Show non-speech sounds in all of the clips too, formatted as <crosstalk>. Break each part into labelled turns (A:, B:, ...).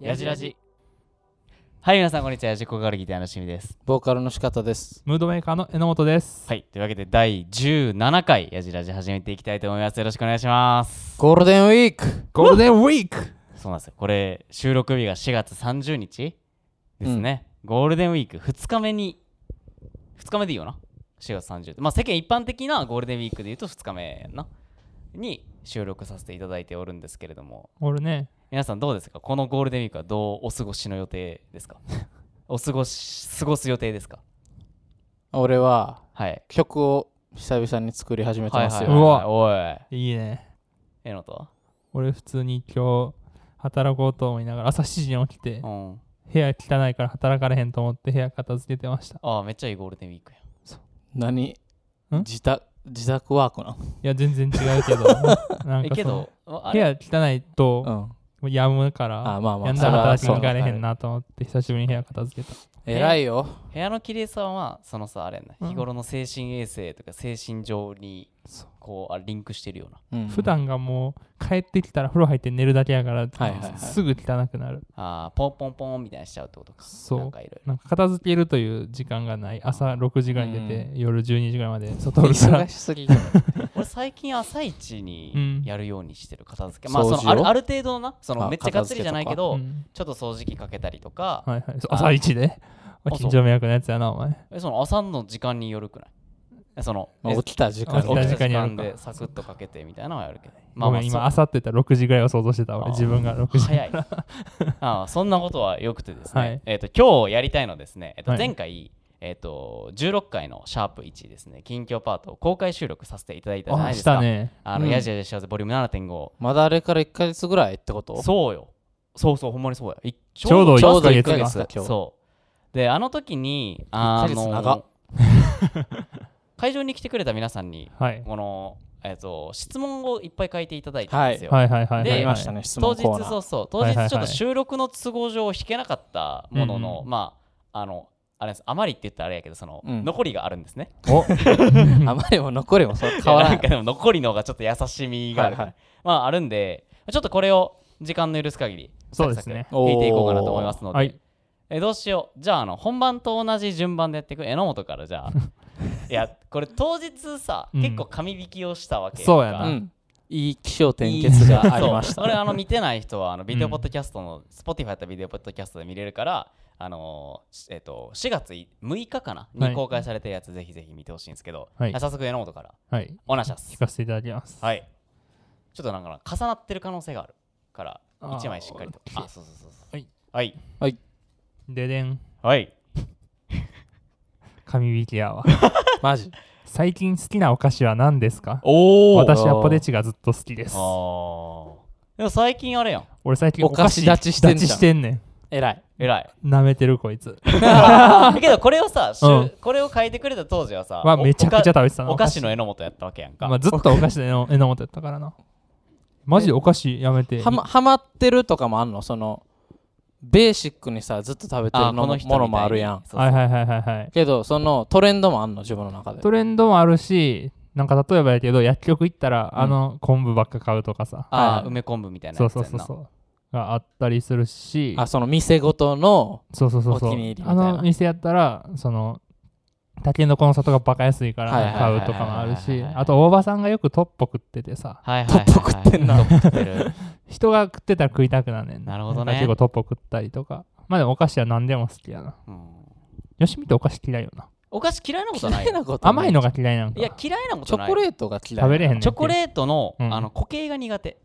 A: やじらじ。はい、皆さん、こんにちは。やじこがるギターのしみです。
B: ボーカルの仕方です。
C: ムードメーカーの榎本です。
A: はい、というわけで、第17回、やじらじ始めていきたいと思います。よろしくお願いします。
B: ゴールデンウィーク
C: ゴールデンウィーク
A: そうなんですよ。これ、収録日が4月30日ですね。ゴールデンウィーク、2日目に、2日目でいいよな。4月30日。まあ、世間一般的なゴールデンウィークで言うと2日目やんな。に収録させていただいておるんですけれども、
C: 俺ね、
A: 皆さんどうですかこのゴールデンウィークはどうお過ごしの予定ですか <laughs> お過ごし、過ごす予定ですか
B: 俺は
A: はい。
B: 曲を久々に作り始めてますよ。
A: はいはいはいうおい。
C: いいね。
A: えのと
C: 俺普通に今日働こうと思いながら朝7時に起きて
A: う、ん。
C: 部屋汚いから働かれへんと思って部屋片付けてました。
A: ああ、めっちゃいいゴールデンウィークや。
B: 何
C: ん
B: 自宅自宅ワークない
C: や、全然違う
B: <laughs>
C: けど、なん
A: え、
C: か
A: け
C: その
A: ど、ああ
C: 部
A: れ
C: 屋汚い
B: の。う
C: と
B: ん。
C: やむから、
B: あ、まあま
C: や
B: あ。
C: ん
B: そ
C: だ
B: れ
C: ら
B: は
C: 働きに行かれへん
B: そう。
C: なと思って久しぶりに部屋片付けた。
B: 偉いよ。
A: 部屋の綺麗さは、まあ、そのさ、あれやね、
C: うん
A: 日頃の精神衛生とか精神上に、こう、あリンクしてるような。
B: うん
C: 普段がもう帰ってきたら風呂入って寝るだけやから、
B: はいはいはい
C: すぐ汚くなる。
A: ああ、ポンポンポンみたいなしちゃうってことか。
C: そう
A: なんかいろいろ。
C: なんか片付けるという時間がない朝6時ぐらいに出て、夜12時ぐらいまで外をるから
B: 忙しすぎる。
A: 俺、最近朝一
C: う
A: に
C: ん
A: やるようにしてる片付け。まあ、
B: 掃除
A: そ
B: を
A: のあるある程度のな、その
B: あ
A: めっちゃがっつりじゃないけど、
C: うん
A: ちょっと掃除機かけたりとか、
C: はいはい、そ
A: あ
C: 朝一で
A: そう
C: 近所迷惑のやつやなお前
A: えその朝の時間によるくないえその、
B: まあ
A: え
B: 起きた時間
A: 起
C: 起き
A: き
C: た
A: た
C: 時
A: 時
C: 間にや
A: 間
C: るか
A: でサクッとかけてみたいなのはやるけど。
C: ごめん今朝って言ったら6時ぐらいを想像してた
A: あ
C: 俺
A: ー
C: 自分が6時
A: 早いああそんなことはよくてですね、
C: はい
A: えー、と今日やりたいのはですね、えーと
C: はい
A: 前回、えー、と16回のシャープ1ですね近況パートを公開収録させていただいたじゃない
C: あ
A: です
C: し
A: か
C: たね
A: あの、
B: うん
A: やじやじしようぜボリューム7.5
B: まだあれから1ヶ月ぐらいってこと
A: そうよそうそうほんまにそうやいち
C: ょうど
A: ちょうど
C: 一
A: 1
C: ヶ
A: ヶ
B: 月
A: 月
B: だ今日
A: そうであの時にあ
B: 一ヶ月長っ
A: の会場に来てくれた皆さんに
C: はい
A: この、えー、と質問をいっぱい書いていただいたんですよ、
C: はいはいはい
A: で
B: や
C: はい
B: りました
C: ね
B: ね、質
A: 当
B: 問
A: 日
B: コーナ
A: そ
B: ー。
A: うそう
C: は
A: 当
C: いはいは
A: 日
C: い
A: ちょっと収録の都合上弾けなかったものの、
C: うんう
A: まああのあれです余りって言ったらあれやけどその、
B: うん
A: 残りがあるんですね
B: お <laughs> あまりも残りもそう変わら
A: い <laughs> やなん
B: な
A: か
B: い。
A: でも残りの方がちょっと優しみがあ
B: は
A: る、
B: いはい
A: まああるんでちょっとこれを時間の許す限り
C: そうです
A: サク
C: ね
A: サク弾いていこうかなと思いますので、
C: はい
A: えどうしようじゃああの本番と同じ順番でやっていく榎本からじゃあ
C: <laughs>
A: いやこれ当日さ、
C: うん
A: 結構紙引きをしたわけ
C: そうやな
B: う
A: か
B: ん。いい気象転結がありまし
A: <laughs> そう
B: た。
A: 俺あの見てない人はあのビデオポッドキャストの Spotify やったらビデオポッドキャストで見れるから、あのーしえっと4月い6日かな
C: はい
A: に公開されてるやつぜひぜひ見てほしいんですけど、
C: はい
A: 早速榎本から
C: はい
A: お願いしま
C: 聞
A: す。
C: かせていただきます
A: はい。ちょっとなんかな重なってる可能性があるから
C: あー
A: 1枚しっかりと。あ、そうそうそうそう。
C: はい。
A: はい。
C: ででん
A: はい。
C: 神引きやわ
B: マジ。
C: <laughs> 最近好きなお菓子は何ですか
A: お
C: 私はポテチがずっと好きです
A: あーでも最近あれやん。
C: 俺最近
B: お菓子立ちしてんじゃん
C: 立ちしてんね
B: 偉い。
A: 偉
C: <laughs>
A: い。
C: ん舐めてるこいつ
A: けどこれをさ、しゅ
C: うん
A: これを書いてくれた当時はさ、
C: は
A: お
C: めちゃくちゃ食べてたな
A: お菓子の榎本やったわけやんか。
C: まあ、ずっとお菓子での榎本やったからな。マジでお菓子やめて。
B: はまはまってるとかもあんのそのベーシックにさずっと食べてる
A: あ
B: の
A: この
B: も
A: 人
B: ものもあるやん
A: そうそう
C: はいはいはいはいはい。
B: けどそのトレンドもあんの自分の中で
C: トレンドもあるし、なんか例えばやけど、薬局行ったら、
B: うん
C: あの昆布ばっか買うとかさ。
A: あ
B: はい
A: あ、梅昆布みたいな
C: そう
A: やつ
C: そ
A: やん
C: う
A: な。
C: そうそう。があったりするし、
B: あその店ごとの
C: そうそうそうそう。
B: お気に入りみた
C: あ
B: いな
C: の店やったら、その、タケノコの里がバカ安いから
B: はいはいはい
C: 買
B: はいう
C: とかもある
A: はい
C: し
A: はいはい
C: あと大場さんがよくトッポ食っててさ
A: はいはいはいはい。トップ食ってんな。る。
C: 人が食ってたら食いたくなんねん
A: なるほどね
C: だから結構トッポ食ったりとかまあでもお菓子は何でも好きやな
A: うん
C: よしみってお菓子嫌いよな
A: お菓子嫌いなことない
B: 嫌いなこと
C: 甘いの
B: が
C: が嫌いなんか
A: いや、嫌いなこ
B: チ
A: とな
B: ョ
A: い。
B: コレートが嫌い
C: 食べれへんねん
A: チョコレートの
C: うん
A: あの固形が苦手。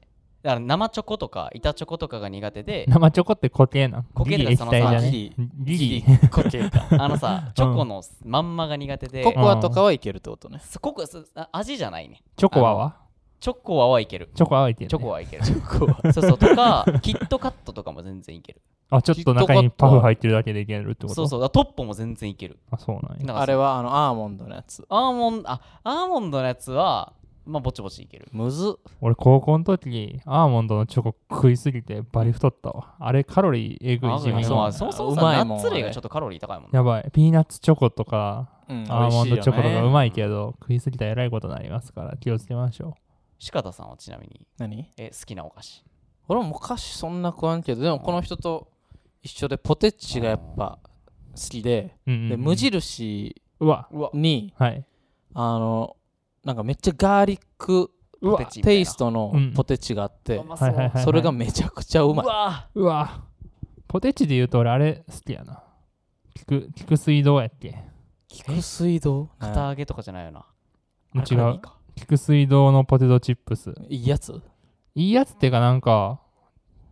A: だから生チョコとか板チョコとかが苦手
C: <laughs>
A: で、
C: 生チョコって固形なん
A: 固形
C: ギ
A: だ
C: リ液体
A: そ
C: じゃ
A: の
C: ね
B: さ
C: ギリ
B: ギリ
A: コあのさ、チョコのまんまが苦手で、
B: ココアとかはいけるってことね
A: そこそあ味じゃないね。
C: チョコアは
A: チョコアはいける。
C: チョコアはいける、
A: チョコ
C: ア
A: はいける。チョコそうそう。とか、キットカットとかも全然いける。
C: あちょっと中にパフ入ってるだけでいけるってこと
A: そうそう。だからトッポも全然いける。
C: あそうなんや
A: なんか
B: あれはあのアーモンドのやつ
A: アーモンド、あ、アーモンドのやつは、まあ、ぼちぼちいける。
B: むずっ
C: 俺高校の時アーモンドのチョコ食いすぎてバリ太ったわあれカロリーえぐい
A: あ
C: 地味
A: まあ
B: そう
C: の
A: そもそも
B: う
A: さ、
B: まい
A: ナ
B: もん
A: ッツ類
B: あ
A: が
B: れ
A: ちょっとカロリー高いもんね。
C: やばいピーナッツチョコとか
B: うん
C: アーモンドチョコと
B: 美味しい
C: か
B: よ
C: う
B: ね
C: まいけど食いすぎたらえらいことになりますから気をつけましょ
A: 鹿田さんはちなみに、
B: 何
A: え、好きなお菓子。
B: 俺も昔そんな食わんけどでもこの人と一緒でポテチがやっぱ好きで
C: うんうんうん
B: で無印
C: うわ
A: うわ
B: に
C: はい
B: あのなんかめっちゃガーリック
C: うわ
A: ポテチみたいな
B: テイストの
C: うん
B: ポテチがあって
A: うま
C: はいはいはいはい
B: それがめちゃくちゃうまいう
A: わ
C: うわポテチで言うと俺あれ好きやな菊菊水道やっけ
B: 菊水道
A: 片揚げとかじゃないよな
C: もう
A: あれか
C: 違
A: らいういか
C: 菊水道のポテトチップス
B: いいやつ
C: いいやつっていうかなんか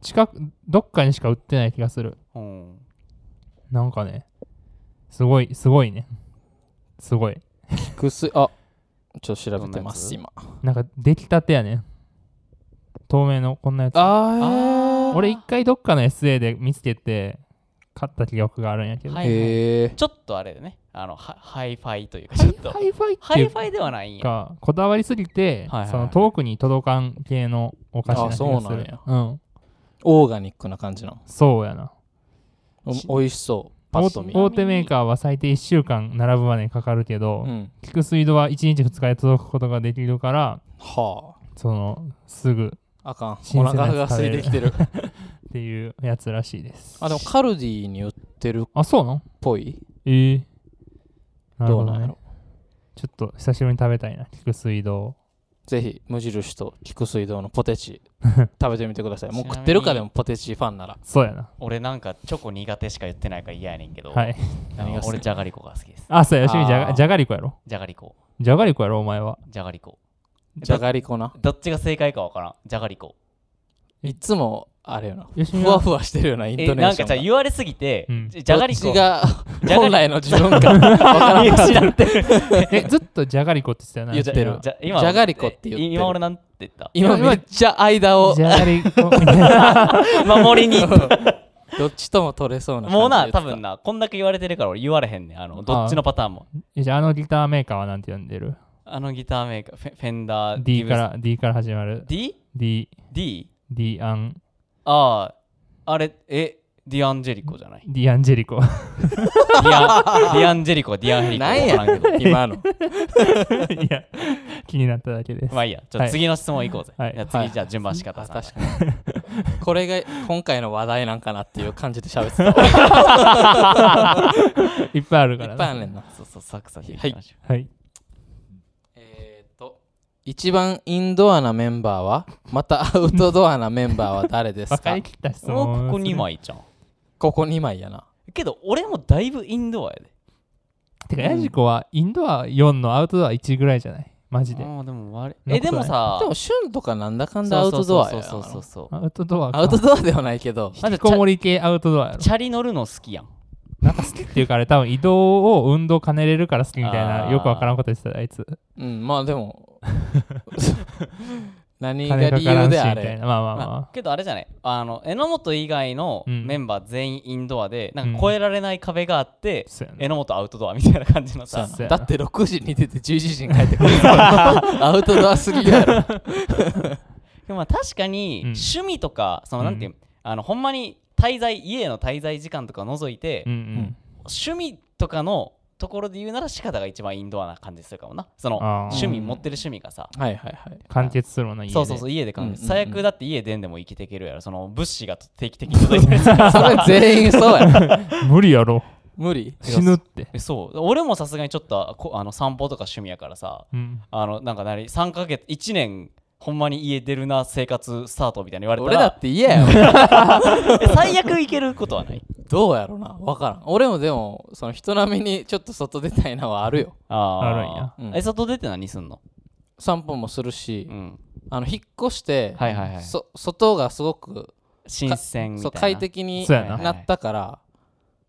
C: 近くどっかにしか売ってない気がする
A: うん
C: なんかねすごいすごいねすごい
B: 菊水あちょっと調べて
A: ど
B: ま
A: ん
B: す
A: な
B: 今あ
C: なんか出来たてやねん透明のこんなやつ
B: あ
C: 俺一回どっかの SA で見つけて買った記憶があるんやけど、
A: はい
B: へえ
A: ちょっとあれでねあのハハイファイというかちょっと
C: ハイファイって
A: ハ
C: い
A: イ
C: う
A: ファイではないんや
C: かこだわりすぎて、
A: はいはいはい
C: その遠くに届かん系のお菓子な気がする
B: あそうなんや
C: うん
B: オーガニックな感じな
C: そうやな
B: お
C: し
B: 美味しそうパ
C: 大
B: ッと見
C: 大手メーカーは最低1週間並ぶまでにかかるけど、
B: うん
C: 菊水道は1日2日で届くことができるから
B: は
C: そのすぐ
B: ああかんお
C: 新鮮な
B: 腹
C: やつ
B: が空いてきてる
C: っていうやつらしいです
B: あでもカルディに売ってるっ
C: あそうなん
B: ぽい
C: ええなる
B: どう
C: ほ
B: な
C: ど
B: んや
C: ね
B: ろ
C: ちょっと久しぶりに食べたいな菊水道
B: ぜひ無印と菊水道のポテチ食べてみてくださいもう食ってるかでもポテチファンなら
C: そうやな
A: 俺なんかチョコ苦手しか言ってないから嫌やねんけど、
C: はい
A: あの
B: 何が好き
A: 俺じゃがりこが好きです
C: あそうやよしみじ
B: あ
C: ゃ
B: ー
C: じゃがりこやろ
A: じゃがりこ
C: じゃがりこやろお前は
A: じゃがりこ
B: じゃがりこな
A: どっちが正解かわからんじゃがりこ
B: いつもあれよな
C: よしみ
B: ふ
C: は
B: わふわしてるようなイン
A: え
B: トネ
A: な
B: ー
A: ん
B: ショ
A: かじ
B: ンが
A: ゃ言われすぎて、
C: うん
A: じゃがり
B: どっ
A: こ <laughs>
B: ちが
A: じゃが
B: 本
A: り
B: 来の
A: <laughs>
B: 自分かわからん
A: 見
B: かった
A: 失ってる
C: えずっとじゃがりこって言ってたよな
B: 言ってる
C: よし
A: じゃ今
B: じゃがりこって言ってる
A: い今俺なんて言った
B: 今めっちゃ間
C: みは
B: を
C: じゃがりこ <laughs> みたいな
A: 守りに行った
B: <laughs> どっちとも取れそうな感じ
A: もうな
B: で
A: 多
B: 言ってた
A: 分なこんだけ言われてるから俺言われへんねんあのどっちのパターンも
C: よしあのギターメーカーはなんて呼んでる
A: あのギターメーカーフェフェンダー
C: D から D から始まる
A: D?
C: D
A: D?
C: D アン
A: あああれえディアンジェリコじゃない
B: <laughs>
C: ディアンジェリコ
A: ディアンディアンジェリコディアンヘリコ
B: なんや
A: わからんけど
B: 今 <laughs> の
C: いや気になっただけです
A: まあいいやちょっと次の質問行こうぜ、
C: はい
A: じゃあ
B: はい
A: 次じゃあ順番仕方
B: あ
A: さん、
B: 確かにこれが今回の話題なんかなっていう感じで喋ってたいっ
C: いっぱいあるから
B: ぱいあんねんな
A: そうそうサクサク行きましょ
C: はい
B: えー、と一番インドアなメンバーはまたアウトドアなメンバーは誰です
C: 分か
B: か
C: りきった質
A: うもう
C: 問
A: ここ2枚じゃん
B: ここ2枚やな
A: けど俺もだいぶインドアやで
C: てかヤジコはインドア4のアウトドア1ぐらいじゃないマジ
A: あ
C: で
A: ーでも割
C: な
A: れえ
C: こと
A: で
C: ない
A: もさ
B: でも旬とかなんだかんだアウトドアやな
A: そうそうそうそうそう
C: アウトドアか
B: アウトドアではないけど
C: 引きこもり系アウトドアやろ
A: チャリ乗るの好きやん
C: <laughs> なんか好きっていうかあれ多分移動を運動兼ねれるから好きみたい
A: あ
C: な
A: ー
C: よくわからんこと言ってたあいつ
B: うんまあでも何が
C: 金か
B: 理
C: から
B: 由
C: んし
B: で
C: みた
B: あ
C: い
B: れ
C: なまあまあ
A: ま
C: ま
A: あ、けどあれじゃないあの榎本以外の
C: うん
A: メンバー全員インドアで、なん
C: うん
A: か越えられない壁があって
C: あ、そうやな
A: 榎本アウトドアみたいな感じの
B: そ
A: さ
B: うや
C: そうや
B: な
C: な
B: だって6時に出て11時に帰ってくるアウトドアすぎや
A: で
B: ろ
A: もまあ確かに
C: うん
A: 趣味とか、そのなんていう、あのほんまに滞在家への滞在時間とか除いて、
C: うんうん
A: 趣味とかのところで言うなら仕方が一番インドアな感じするかもなその
C: あー
A: 趣味持ってる趣味がさ
B: はいはいはい
C: 完結するもんな家で
A: そうそうそう家で感じ、
B: うんうんうん
A: 最悪だって家でんでも生きていけるやろその物資が定期的に届いて
B: <laughs>
A: るさ
B: それ全員そうや
C: 無理やろ
B: 無理
C: 死ぬって
A: えそう俺もさすがにちょっとこあの散歩とか趣味やからさ
C: うん
A: あのなんか何3ヶ月1年ほんまに家出るな生活スタートみたいに言われた
B: 俺だ
A: ら
B: って嫌やよ
A: え最悪いけることはない
B: どうやろな分からん俺もでもその人並みにちょっと外出たいなはあるよ
A: <laughs> あー
C: あるんや
B: うん
A: え外出て何すんの、
B: 散歩もするし、
A: うん、
B: あの引っ越して、
A: はいはいはい
B: そ外がすごく
A: 新鮮みた
B: そう
A: いな
B: 快適に
C: そうやな
B: なったから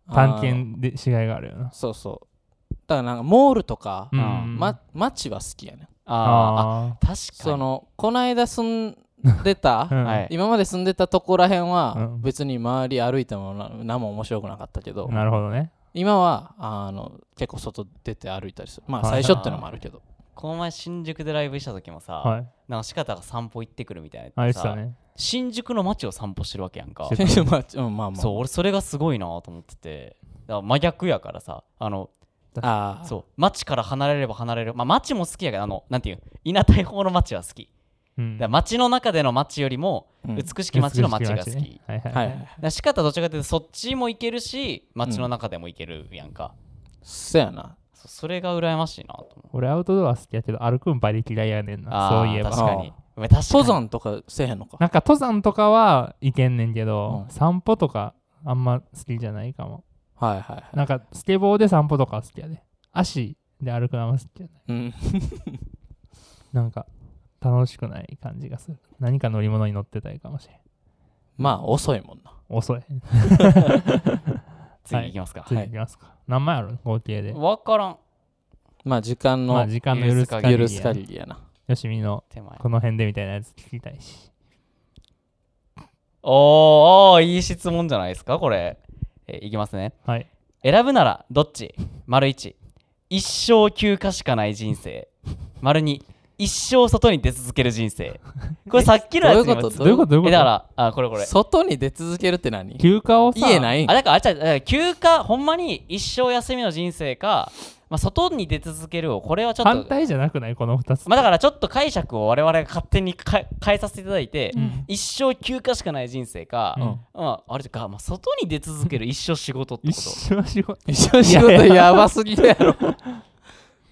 C: 探
B: あの
C: 検でしがいがあるよな
B: そうそうだからなんかモールとか、
C: うんうん
B: ま、街は好きやね
A: あーあ
C: あ
A: 確かに
B: そのこないだ住んでた、
C: <laughs> ーうん
A: はい
B: 今まで住んでたとこらへん
C: う
B: は
C: ん
B: 別に周り歩いてもな何も面白くなかったけど
C: なるほどね
B: 今はあの結構外出て歩いたりするまあ
C: は
B: 最
C: い
B: 初ってのもあるけど
A: この前新宿でライブした時もさ、
C: はい
A: なんか仕方が散歩行ってくるみたいなやつ
C: あ
A: で
C: れ
A: さ
C: したね
A: 新宿の街を散歩してるわけやんか
C: して
B: <laughs> まあちょまあまあ
A: そう俺それがすごいなと思っててだから真逆やからさあの
B: ああ
A: そう街から離れれば離れるまあ街も好きやけどあのなんていう稲田方の街は好き
C: うん
A: だから街の中での街よりも
B: うん
A: 美しき街の街が好
C: 美し
A: き
C: ね。はいはい、
B: は
C: はいい
B: はいはい
A: だから仕方どっちかというとそっちも行けるし街の中でも行けるやんか、
B: そやな
A: そそれが羨ましいなと思う
C: 俺アウトドア好きやけど歩くんバリ嫌いやねんな。
A: あ
C: そ
A: ー
C: ういえば。
A: 確かにごめん確かに
B: 登山とかせえへんのか
C: なんか登山とかは行けんねんけど、
B: うん
C: 散歩とかあんま好きじゃないかも。
B: はいはいはい
C: なんかスケボーで散歩とかは好きやで。足で歩くのはあんま好きじゃない。
B: うん
C: なんか楽しくない感じがする。何か乗り物に乗ってたいかもしれん。
B: まあ遅いもんな
C: 遅い。
A: 次行きますか、
C: 次行きますか。何枚ある合計で。
A: わからん
B: まあ時間
C: まあ
B: の
C: 時間の許す限りや。
B: 許す限りやな
C: よしみの
A: 手前
C: この辺でみたいなやつ聞きたいし。
A: おーおーいい質問じゃないですかこれ、えーいきますね
C: はい。
A: 選ぶならどっち丸1一生休暇しかない人生丸2一生外に出続ける人生これさっきのやつにも
B: どういうこと
A: つ
C: どういうことどういうこ
A: え
C: と
A: だからあこれこれ
B: 外に出続けるって何
C: 休暇をさ、
B: 家ないん
A: あだからあちゃうだから休暇ほんまに一生休みの人生か、まあ、外に出続けるをこれはちょっ
C: 反
A: と
C: 対じゃなくないこの2つ。
A: まあだからちょっと解釈を我々が勝手にか変えさせていただいて、
C: うん
A: 一生休暇しかない人生か、
C: うん
A: まあ、あれか、まあ、外に出続ける一生仕事ってこ
C: 一
A: と
C: 生仕事。
B: 一緒仕事やばすぎるやろ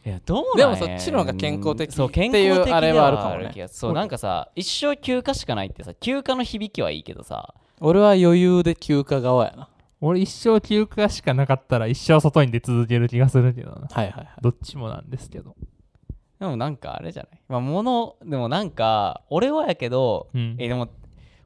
A: いやどう
B: で
A: なん
B: も
A: や
B: そっちの方が健康的
A: そう
B: っていう
A: 健康的で
B: あれはあるかもね
A: 気がそうなんかさ一生休暇しかないってさ休暇の響きはいいけどさ
B: 俺は余裕で休暇側やな
C: 俺一生休暇しかなかったら一生外に出続ける気がするけどな。
B: はいはいはい
C: どっちもなんですけど。
A: でもなんかあれじゃないまあ物でもなんか俺はやけど、
C: うん
A: えでも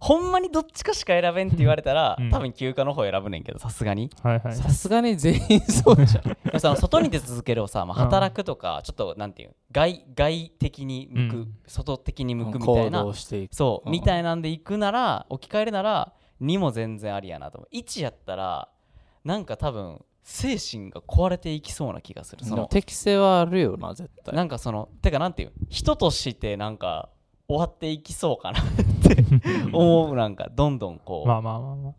A: ほんまにどっちかしか選べんって言われたら、
C: <laughs> うん
A: 多分休暇の方選ぶねんけどさすが
C: <laughs>
A: に
C: はいはい。
B: さすがに全員そうじゃん
A: でもその外に出続けるをさ、まあ、
C: うん
A: 働くとかちょっとなんていう外外的に向く、
C: うん
A: 外的に向くみた
B: 行
A: いな
B: 動していく
A: そう、
B: うん
A: みたいなんで行くなら置き換えるなら2も全然ありやなと思う1やったらなんか多分精神が壊れていきそうな気がするその
B: 適性はあるよな絶対
A: なんかそのてかなんていう人としてなんか終わっていきそうかな
C: <laughs>
A: って思うなんかどんどんこう、
C: まあまあまあま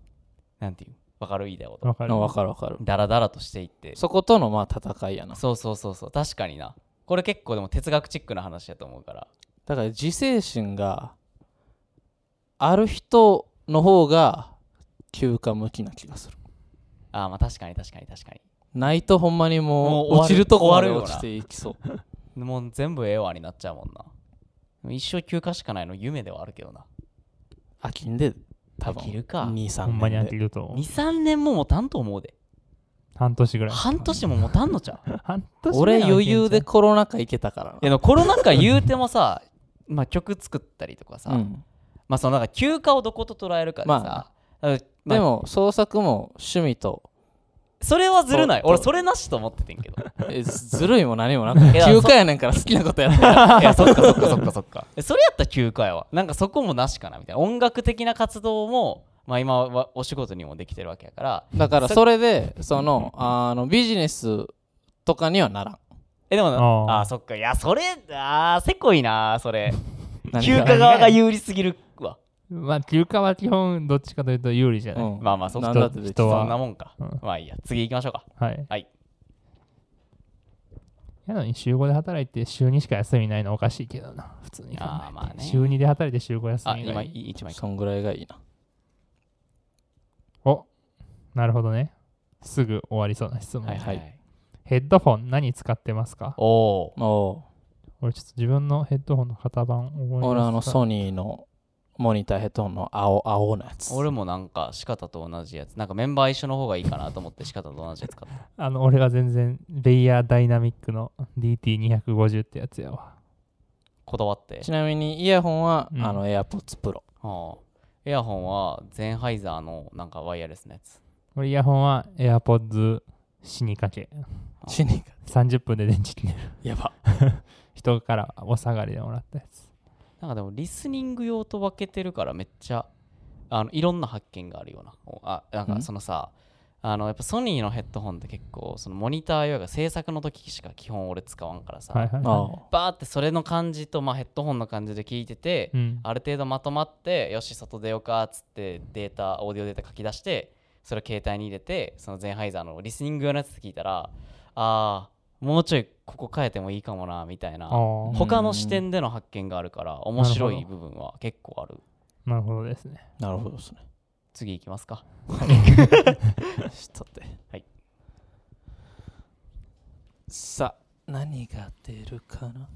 A: なんていうわかるいいだよ
C: あ。
A: と
C: わかる。
B: あわかるわかる
A: ダラダラとしていって
B: そことのまあ戦いやな
A: そうそうそうそう確かになこれ結構でも哲学チックな話だと思うから
B: だから自制心がある人の方が休暇向きな気がする
A: あーまあ確かに確かに確か
B: ないとほんまに
A: も
B: も
A: う終わる
B: う落ちるとこまで
A: 終わるよ
B: 落
A: な
B: ちていきそう
A: にもう全部ええわになっちゃうもんなでも一生休暇しかないの夢ではあるけどな
B: 飽きんで多分
A: 飽きるか
B: 23
C: ほんまに
B: 年
C: 飽き
B: で
C: ると思う。
A: 23年も持たんと思うで
C: 半年ぐらい。
A: 半年も持たんのちゃ
B: <laughs>
A: うい
C: 半年ぐらい
B: 俺
C: は
B: 余裕で
C: いけんち
B: コロナ禍行けたから
A: やでもコロナ禍言うてもさまあ曲作ったりとかさ、
B: な、うん、
A: まあそのなんか休暇をどこと捉えるかでさ、
B: ま
A: あまあ
B: でも創作も趣味と
A: それはずるない
B: そう
A: 俺それなしと思っててんけど
B: えずるいも何もなくて
A: いや
B: 休暇やねんから好きなことやってる
A: <laughs> いやそっかそっかそっかそっか <laughs> えそれやったら休暇やわなんかそこもなしかなみたいな音楽的な活動もまあ今はお仕事にもできてるわけやから
B: だからそ <laughs> れでそのあのビジネスとかにはならん
A: えでも
C: あー
A: ああーそっかいやそれあーせこいなそ <laughs> れ
B: 何
A: 休
B: が
A: 暇側が有利すぎるわ
C: ゃうまあ休暇は基本どっちかというと有利じゃない。
B: うん
A: まあまあそっ
B: な
A: か
B: んだって別に
C: 人は
A: そんなもんか、
C: うん
A: まあいいや次行きましょうか
C: はい。
A: はい。
C: やのに週5で働いて週2しか休みないのおかしいけどな。普通に考えて。
A: あーまあね
C: 週2で働いて週5休
A: あ
C: みが
A: 今
C: いい。
A: 一枚か
B: そんぐらいがいいな
C: おなるほどね。すぐ終わりそうな質問。
A: はいはい、
B: は
C: ヘッドフォン何使ってますか
A: おお
B: おお
C: 俺ちょっと自分のヘッドホンの型番覚えま
B: う
C: す
B: 俺あのソニーのモニターヘッドホンの青青のやつ
A: 俺もなんか仕方と同じやつなんかメンバー一緒の方がいいかなと思って仕方と同じやつ買った
C: あの俺は全然レイヤーダイナミックの DT250 ってやつやわ
A: こだわ <laughs> って
B: ちなみにイヤホンは、
C: うん
B: あの AirPods Pro
A: はあエアホンはゼンハイザーのなんかワイヤレスのやつ
C: 俺イヤホンは AirPods 死にかけ
B: 死にか
C: 30分で電池切れる
B: やば
C: 人からお下がりでもらったやつ
A: なんかでもリスニング用と分けてるからめっちゃあのいろんな発見があるようなおあなんか
B: ん
A: そのさあのやっぱソニーのヘッドホンって結構そのモニター用が制作の時しか基本俺使わんからさ、
C: はいはい
B: あ
C: は
A: バーってそれの感じと、まあ、ヘッドホンの感じで聞いてて、
C: いうん
A: ある程度まとまってよし外出ようかっつってデータオーディオデータ書き出してそれを携帯に入れてそのゼンハイザーのリスニング用のやつ聞いたらあーもうちょいここ変えてもいいかもなみたい
C: あ
A: な
C: ー
A: 他の視点での発見があるから面白い部分は結構ある
C: なるほどですね。
B: なるほどですね。
A: 次行きますか
B: ちょっと待って。
A: はい。
B: さあ、何が出るか <laughs> な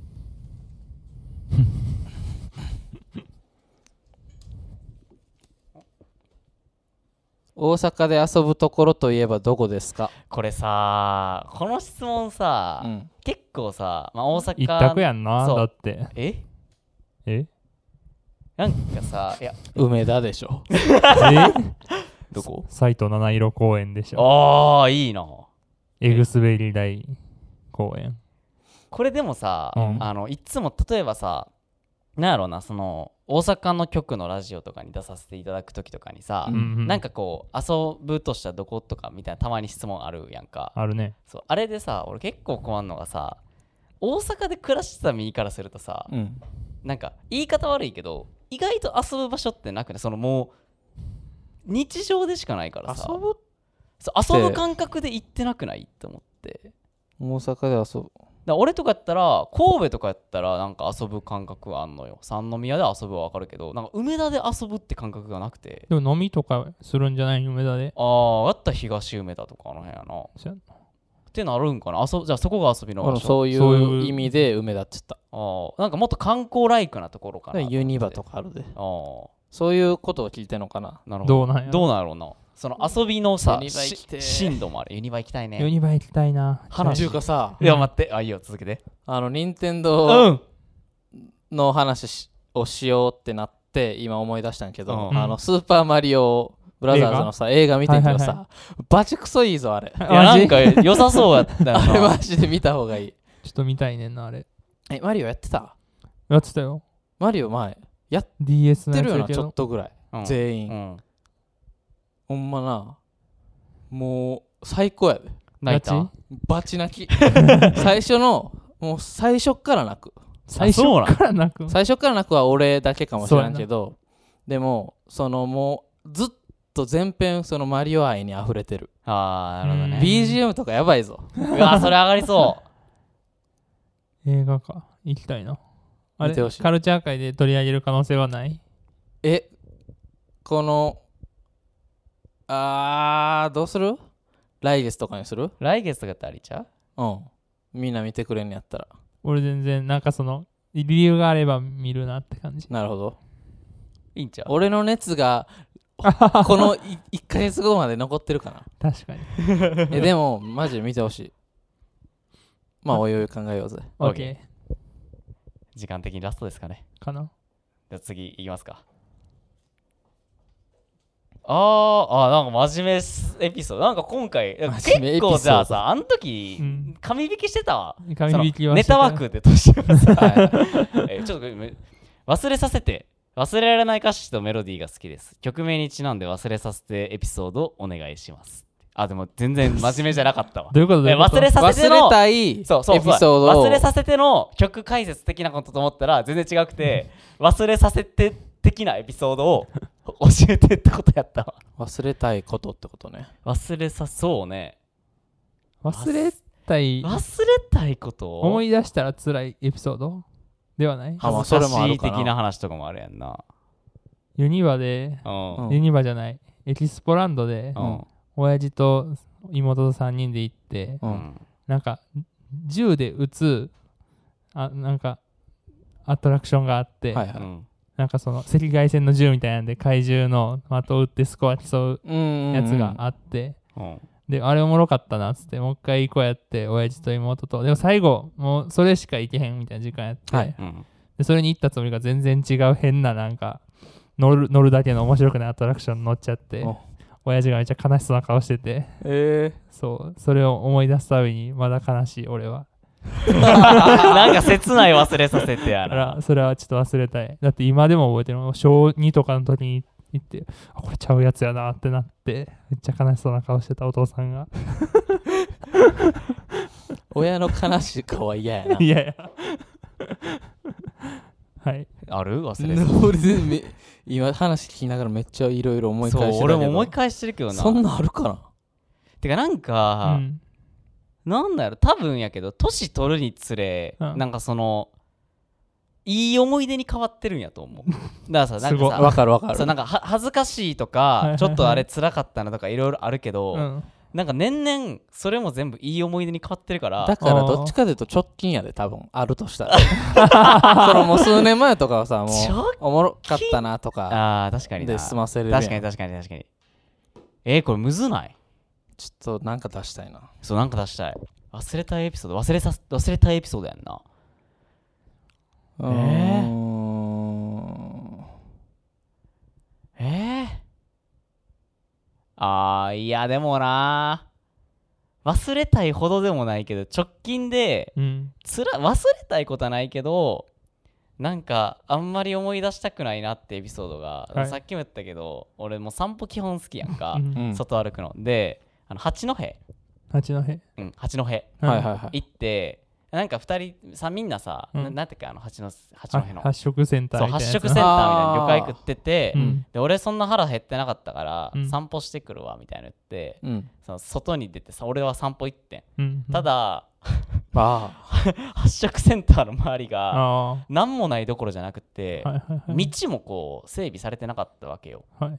B: 大阪で遊ぶところといえばどこですか、
A: これさこの質問さ、
B: うん、
A: 結構さ、まあ、大阪
C: 一択やんな、
A: そう
C: だって。
A: え
C: え
A: なんかさいや
B: 梅田でし <laughs> ょ。
A: どこ
C: 斎藤七色公園でしょ。
A: ああいいな
C: エグスベリー大公園。
A: これでもさ、
C: うん
A: あのいつも例えばさなんやろうなその大阪の局のラジオとかに出させていただく時とかにさ、
B: うん
A: なんかこう遊ぶとしたらどことかみたいなたまに質問あるやんか
C: あるね。
A: そうあれでさ俺結構困るのがさ大阪で暮らしてた身からするとさ、
B: うん。
A: なんか言い方悪いけど意外と遊ぶ場所ってなくねそのもう日常でしかないからさ
B: 遊ぶ
A: そう遊ぶ感覚で行ってなくないって思ってだか
B: 大阪で遊ぶ。
A: ら俺とかやったら神戸とかやったらなんか遊ぶ感覚はあんのよ三宮で遊ぶはわかるけどなんか梅田で遊ぶって感覚がなくて
C: でも飲みとかするんじゃない梅田で。
A: ああやったら東梅田とかあの辺やなっ
C: そう
A: てなるんかな遊ぶじゃあそこが遊びの
B: あ
A: 場
B: の
A: 所
B: そうい
C: そういう
B: う意味で梅田って言った。
A: ああなんかもっと観光ライクなところかなと思って
B: ユニバとかあるで。
A: ああ
B: そういうことを聞いてんのかな
A: なるほど
C: どうなんや
A: どうなんやろうなその遊びのさ
B: ユニバ行きてー
A: し深度もあるユニバ行きたい
C: ユ
A: ね
C: ニバ行きたいな。
A: 話
B: 中華さ、
A: いや待ってあいいよ続
C: <laughs>
A: けて
B: あの、任天
A: う
B: 堂の話しをしようってなって今思い出したんやけど、
A: うん
B: あのスーパーマリオブラザーズのさ映画見てんけどさ、
C: はいは
B: バチクソいいぞあれ
A: いやな
C: マジ
A: んか良さそうやった
C: <laughs>
A: よ
B: あれマ
A: な
B: ジで見た方がいい
C: ちょっと見たいねんな、あれ。
B: えマリオやってた
C: やってたよ。
B: マリオ前やっ
C: DS の
B: て
C: や
B: る
C: つ
B: よ
C: や
B: な
C: け
B: ちょ
C: ど
B: っ。とぐらい、
A: うん
B: 全員、
A: うん
B: ほんまなもう最高やで
A: 泣いた
C: ガ
B: バチ泣き最初のもう最初っから泣く
C: 最初
A: そうなん
C: からなく。
B: 最初から泣くは俺だけかもしれんけどでもそのもうずっと全編そのマリオ愛に溢れてる
A: ああなるほど
C: うん
A: ね
B: BGM とかやばいぞ
A: うわそれ上がりそ
C: 映画か。行きたいな。あ
B: 見
C: れ
B: てほしい
C: カルチャー界で取り上げる可能性はない
B: えこのあーどうする来月とかにする
A: う来月とかってありちゃう
B: うんみんな見てくれんやったら
C: 俺全然、なんかその、理由があれば見るなって感じ。
B: なるほど
A: いいんちゃう
B: 俺の
A: <laughs>
B: 熱がこの1ヶ月後まで残ってるかな
C: 確かに。
B: えでもマジで見てほしいまあおいおい考えようぜ
A: OK
C: OK。
A: 時間的にラストですかね
C: かな。
A: じゃあ次いきますかあーあーなんか真面目すエピソードなんか今回
B: 真面目
A: 結
B: エピソード
A: 構じゃあさあの時
C: うん
A: 紙引きしてたわ
C: 紙引き
A: その
C: は
A: ネタ
C: して
A: 枠でとしてはさ
C: <laughs>
B: はい
A: えーちょっとごめん忘れさせて忘れられない歌詞とメロディーが好きです曲名にちなんで忘れさせてエピソードをお願いしますあでも全然真面目じゃなかったわ
C: どういうことだ
A: え忘れさせ
B: 忘
A: て
B: れ
A: の
B: たいエピソ
A: そ
B: ー
A: うそうそう
B: ドを
A: 忘れさせての曲解説的なことと思ったら全然違く <laughs> て忘れさせて的なエピソードを <laughs> 教えてってことやったわ
B: 忘れたいことってことね
A: 忘れさそうね
C: 忘れたい。
A: 忘れたいこと
C: 思い出したら辛いエピソードではない
B: あまあ
A: 恥ずかし
B: それもある
A: い
B: か
A: 的
B: な
A: な話とかもあるやんな
C: ユニバで、
A: うん
B: うん
C: ユニバじゃない、エキスポランドで
A: う、ん
C: 親父と妹と3人で行って、
B: う
A: うんん
C: なんか、銃で撃つ、あなんか、アトラクションがあって、
B: はいは
A: う
B: い
A: ん
C: なんかその赤外線の銃みたいなんで怪獣の的を撃ってスコア競
B: うんうんう
C: うんやつがあって、
A: うん
C: であれおもろかったなっつってもう一回行こうやって親父と妹とでも最後もうそれしか行けへんみたいな時間やって、
B: はい
A: うん
C: でそれに行ったつもりが全然違う変ななんか乗る乗るだけの面白くないアトラクションに乗っちゃって
B: お
C: 親父がめっちゃ悲しそうな顔してて
B: え
C: そうそれを思い出すたびにまだ悲しい俺は
A: なんか切ない忘れさせてや
C: だか
A: な
C: らそれはちょっと忘れたいだって今でも覚えてるもん小2とかの時に行ってあこれちゃうやつやなってなってめっちゃ悲しそうな顔してたお父さんが
B: ー親の悲しい顔は嫌やな
C: いやいやはい
A: ある忘れさ
B: 俺全然今話聞きながらめっちゃいろいろ思
A: せ
B: い
A: そ
B: 返
A: う
B: してたけど
A: 俺も思い返してるけど
B: そ
A: な
B: んなあるかな
A: てかなん
C: う
A: か
C: ん
A: なんだろう多分やけど年取るにつれ、
C: うん
A: なんかそのいい思い出に変わってるんやと
C: <laughs>
A: 思うだからさなん
C: すごい
B: わ
A: かさ
B: かるわか
A: そう
B: る
A: なんかは恥ずかしいとか、
C: いはいはい
A: ちょっとあれ辛かったなとかいろいろあるけど、
C: うん
A: なんか年々それも全部いい思い出に変わってるから
B: だからどっちかというと直近やで多分あるとした <laughs> らそのもう数年前とかはさも
A: 直
B: うおもろかったなとか
A: あー確かにな
B: で済ませるやん
A: 確かに確かに確かにえー、これむずない
B: ちょっとなんか出したいな
A: そうなんか出したい忘れたいエピソード忘れさ忘れたいエピソードやんな
B: うー
A: え
B: ん
A: えー、あーいやでもな忘れたいほどでもないけど直近で
C: うん
A: つら忘れたいことはないけどなんかあんまり思い出したくないなってエピソードが、
C: はい
A: さっきも言ったけど俺もう散歩基本好きやんか
C: <laughs> う、
B: うんん
A: 外歩くのであの八戸、
C: 八戸はい
A: うん、八戸
B: はいはいはい
A: 行ってなんか二人さみんなさ、
C: うん
A: ななんていうかあの八の八
C: は
A: 戸の
C: 発色センター
A: そう
C: みたいな
A: 発
C: やつ
A: 色
C: な
A: センターみたいな
B: あー
A: 魚介食ってて、
C: うん
A: で俺そんな腹減ってなかったから、
C: うん
A: 散歩してくるわみたいな言って
B: うん
A: その外に出てさ俺は散歩行ってん
C: うん
A: ただ、
B: あ
A: 発色センターの周りが
C: あ
A: 何もないどころじゃなくて、
C: あはいはいはい
A: 道もこう整備されてなかったわけよ
C: はい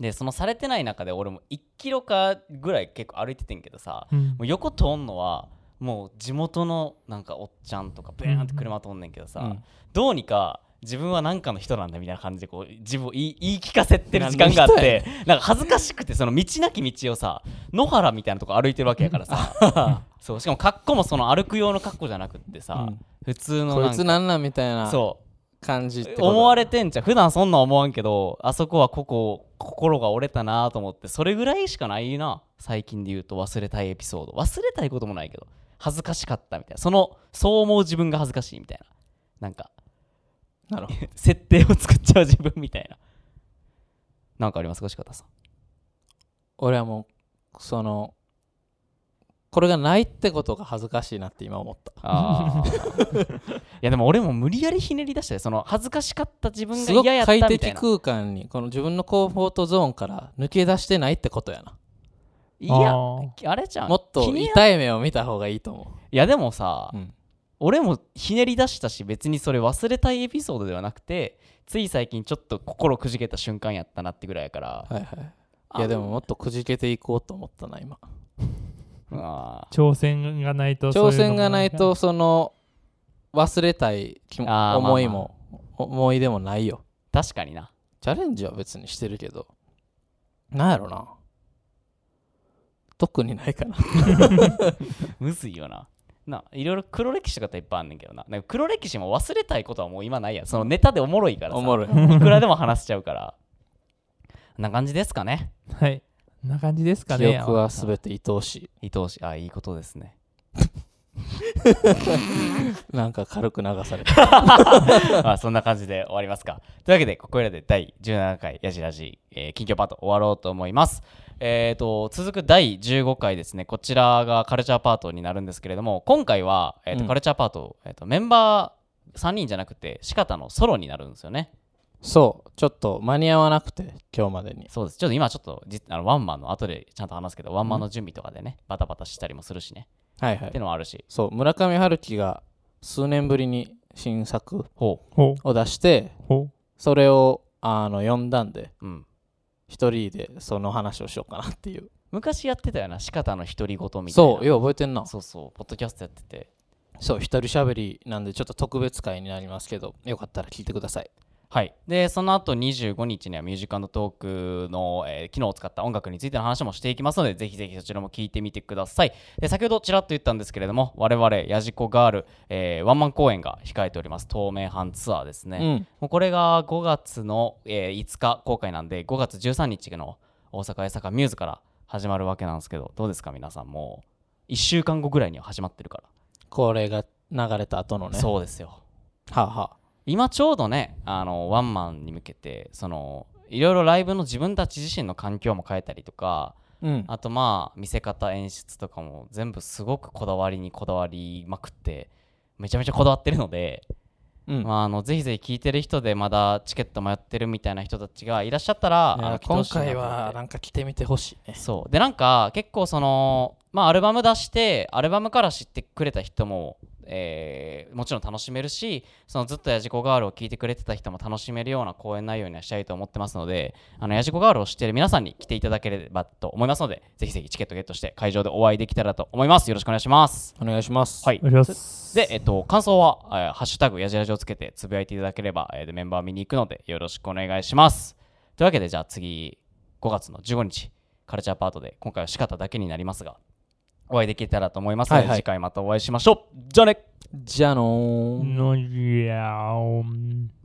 A: でそのされてない中で俺も1キロかぐらい結構歩いててんけどさ、
C: うん
A: もう横通んのはもう地元のなんかおっちゃんとかベーンって車通んねんけどさ、
B: うん
A: どうにか自分は何かの人なんだみたいな感じでこう自分を言い言い聞かせてる時間があってなんか恥ずかしくてその道なき道をさ野原みたいなとこ歩いてるわけやから
B: <laughs>
A: さそうしかも格好もその歩く用の格好じゃなくってさ、
B: うん
A: 普通の
B: こ
A: ないん
B: つ
A: か
B: なんなんみたいな
A: そう
B: 感じってこと
A: 思われてんじゃん普段そんな思わんけどあそこはここ心が折れたなと思ってそれぐらいしかないな最近で言うと忘れたいエピソード忘れたいこともないけど恥ずかしかったみたいなそのそう思う自分が恥ずかしいみたいななんか
B: なるほど
A: 設定を作っちゃう自分みたいななんかありますか方さん
B: 俺はもうそのこれがないってことが恥ずかしいなって今思った
A: あ
B: <laughs>
A: ーいやでも俺も無理やりひねり出したよその恥ずかしかった自分
B: す
A: が
B: ごく
A: 嫌やったみ
B: 快
A: たいな
B: 適空間にこの自分のコンフォートゾーンから抜け出してないってことやない
C: あ
A: や
C: ー
A: あれじゃん
B: もっ
A: 気
B: と
A: にな
B: 痛い目を見た方がいいと思
A: いやでもさ、
B: う、うん
A: 俺もひねり出したし別にそれ忘れたいエピソードではなくてつい最近ちょっと心くじけた瞬間やったなってぐらいやから
B: はいはいいやでももっとくじけていこうと思ったな今
A: あ
C: 挑戦がないと
B: 挑戦がない
C: そううの
B: と
C: も
B: その忘れたい気も
A: あー
B: 思いも、思い出もないよ
A: ー確かにな
B: チャレンジは別にしてるけどなんやろな特にないかな
A: むずいよなないろいろ黒歴史とかっていっぱいあんねんけどななんか黒歴史も忘れたいことはもう今ないやんそのネタでおもろいからさ
B: お <laughs> もろい
A: <laughs> いくらでも話しちゃうからこんな感じですかね
C: あるからはいこんな感じですか
B: 記
C: ね
B: 憶は全て愛おし
A: 伊藤氏あいいことですね <laughs>
B: い <laughs> なんか軽く流された
A: まあそんな感じで終わりますか。というわけで、ここらで第17回ヤジラジ、えー近況パート終わろうと思います。えー、と続く第15回ですね、こちらがカルチャーパートになるんですけれども、今回は、えーと
B: うん
A: カルチャーパート、えーとメンバー3人じゃなくて、四方のソロになるんですよね。
B: そうちょっと間に合わなくて今日までに
A: そうです。ちょっと今ちょっとじあのワンマンの後でちゃんと話すけど、ワンマンの準備とかでね、バタバタしたりもするしね、
B: はい
A: っ
B: は
A: て
B: い
A: のもあるし、
B: そう村上春樹が数年ぶりに新作
A: ほ
C: ほ
B: を出して
C: うほ
B: それをあの読んだんで
A: う。うん
B: 一人でその話をしようかなっていう
A: 昔やってたよな、四方の独り言みたいな。
B: そうよう覚えてんな
A: そうそう、ポッドキャストやってて。
B: そう一人しゃべりなんでちょっと特別会になりますけどよかったら聞いてください
A: はい、でその後25日にはミュージックトークの、えー機能を使った音楽についての話もしていきますのでぜひぜひそちらも聞いてみてくださいで先ほどちらっと言ったんですけれども我々やじこガール、えーワンマン公演が控えております透明版ツアーですね、
B: うん
A: もうこれが5月の、えー5日公開なんで5月13日の大阪・江坂ミューズから始まるわけなんですけどどうですか皆さんもう1週間後ぐらいには始まってるから、
B: これが流れた後のね
A: そうですよ
B: はあはあ
A: 今ちょうどねあのワンマンに向けてそのいろいろライブの自分たち自身の環境も変えたりとか
B: うん
A: あとまあ見せ方演出とかも全部すごくこだわりにこだわりまくってめちゃめちゃこだわってるので
B: うん
A: まあ、あのぜひぜひ聞いてる人でまだチケット迷ってるみたいな人たちがいらっしゃったら、
B: い
A: あ
B: や
A: の
B: 今
A: 来てほしい
B: 回
A: なと思って
B: はなんか来てみてほしいね。
A: そうでなんか結構そのまあアルバム出してアルバムから知ってくれた人も、えーもちろん楽しめるしそのずっとやじこガールを聴いてくれてた人も楽しめるような公演内容にはしたいと思ってますのであのやじこガールを知ってる皆さんに来ていただければと思いますのでぜひぜひチケットゲットして会場でお会いできたらと思いますよろしくお願いします
B: お願いします。
A: はい
C: お願いします。
A: で、えっと、感想は、えーハッシュタグやじラジをつけてつぶやいていただければ、えーでメンバー見に行くのでよろしくお願いします。というわけで、じゃあ次、5月の15日、カルチャーパートで、今回は仕方だけになりますが、お会いできたらと思いますので、
B: はいはい
A: 次回またお会いしましょう。じゃあね
B: じゃあのー。
C: のりゃーん。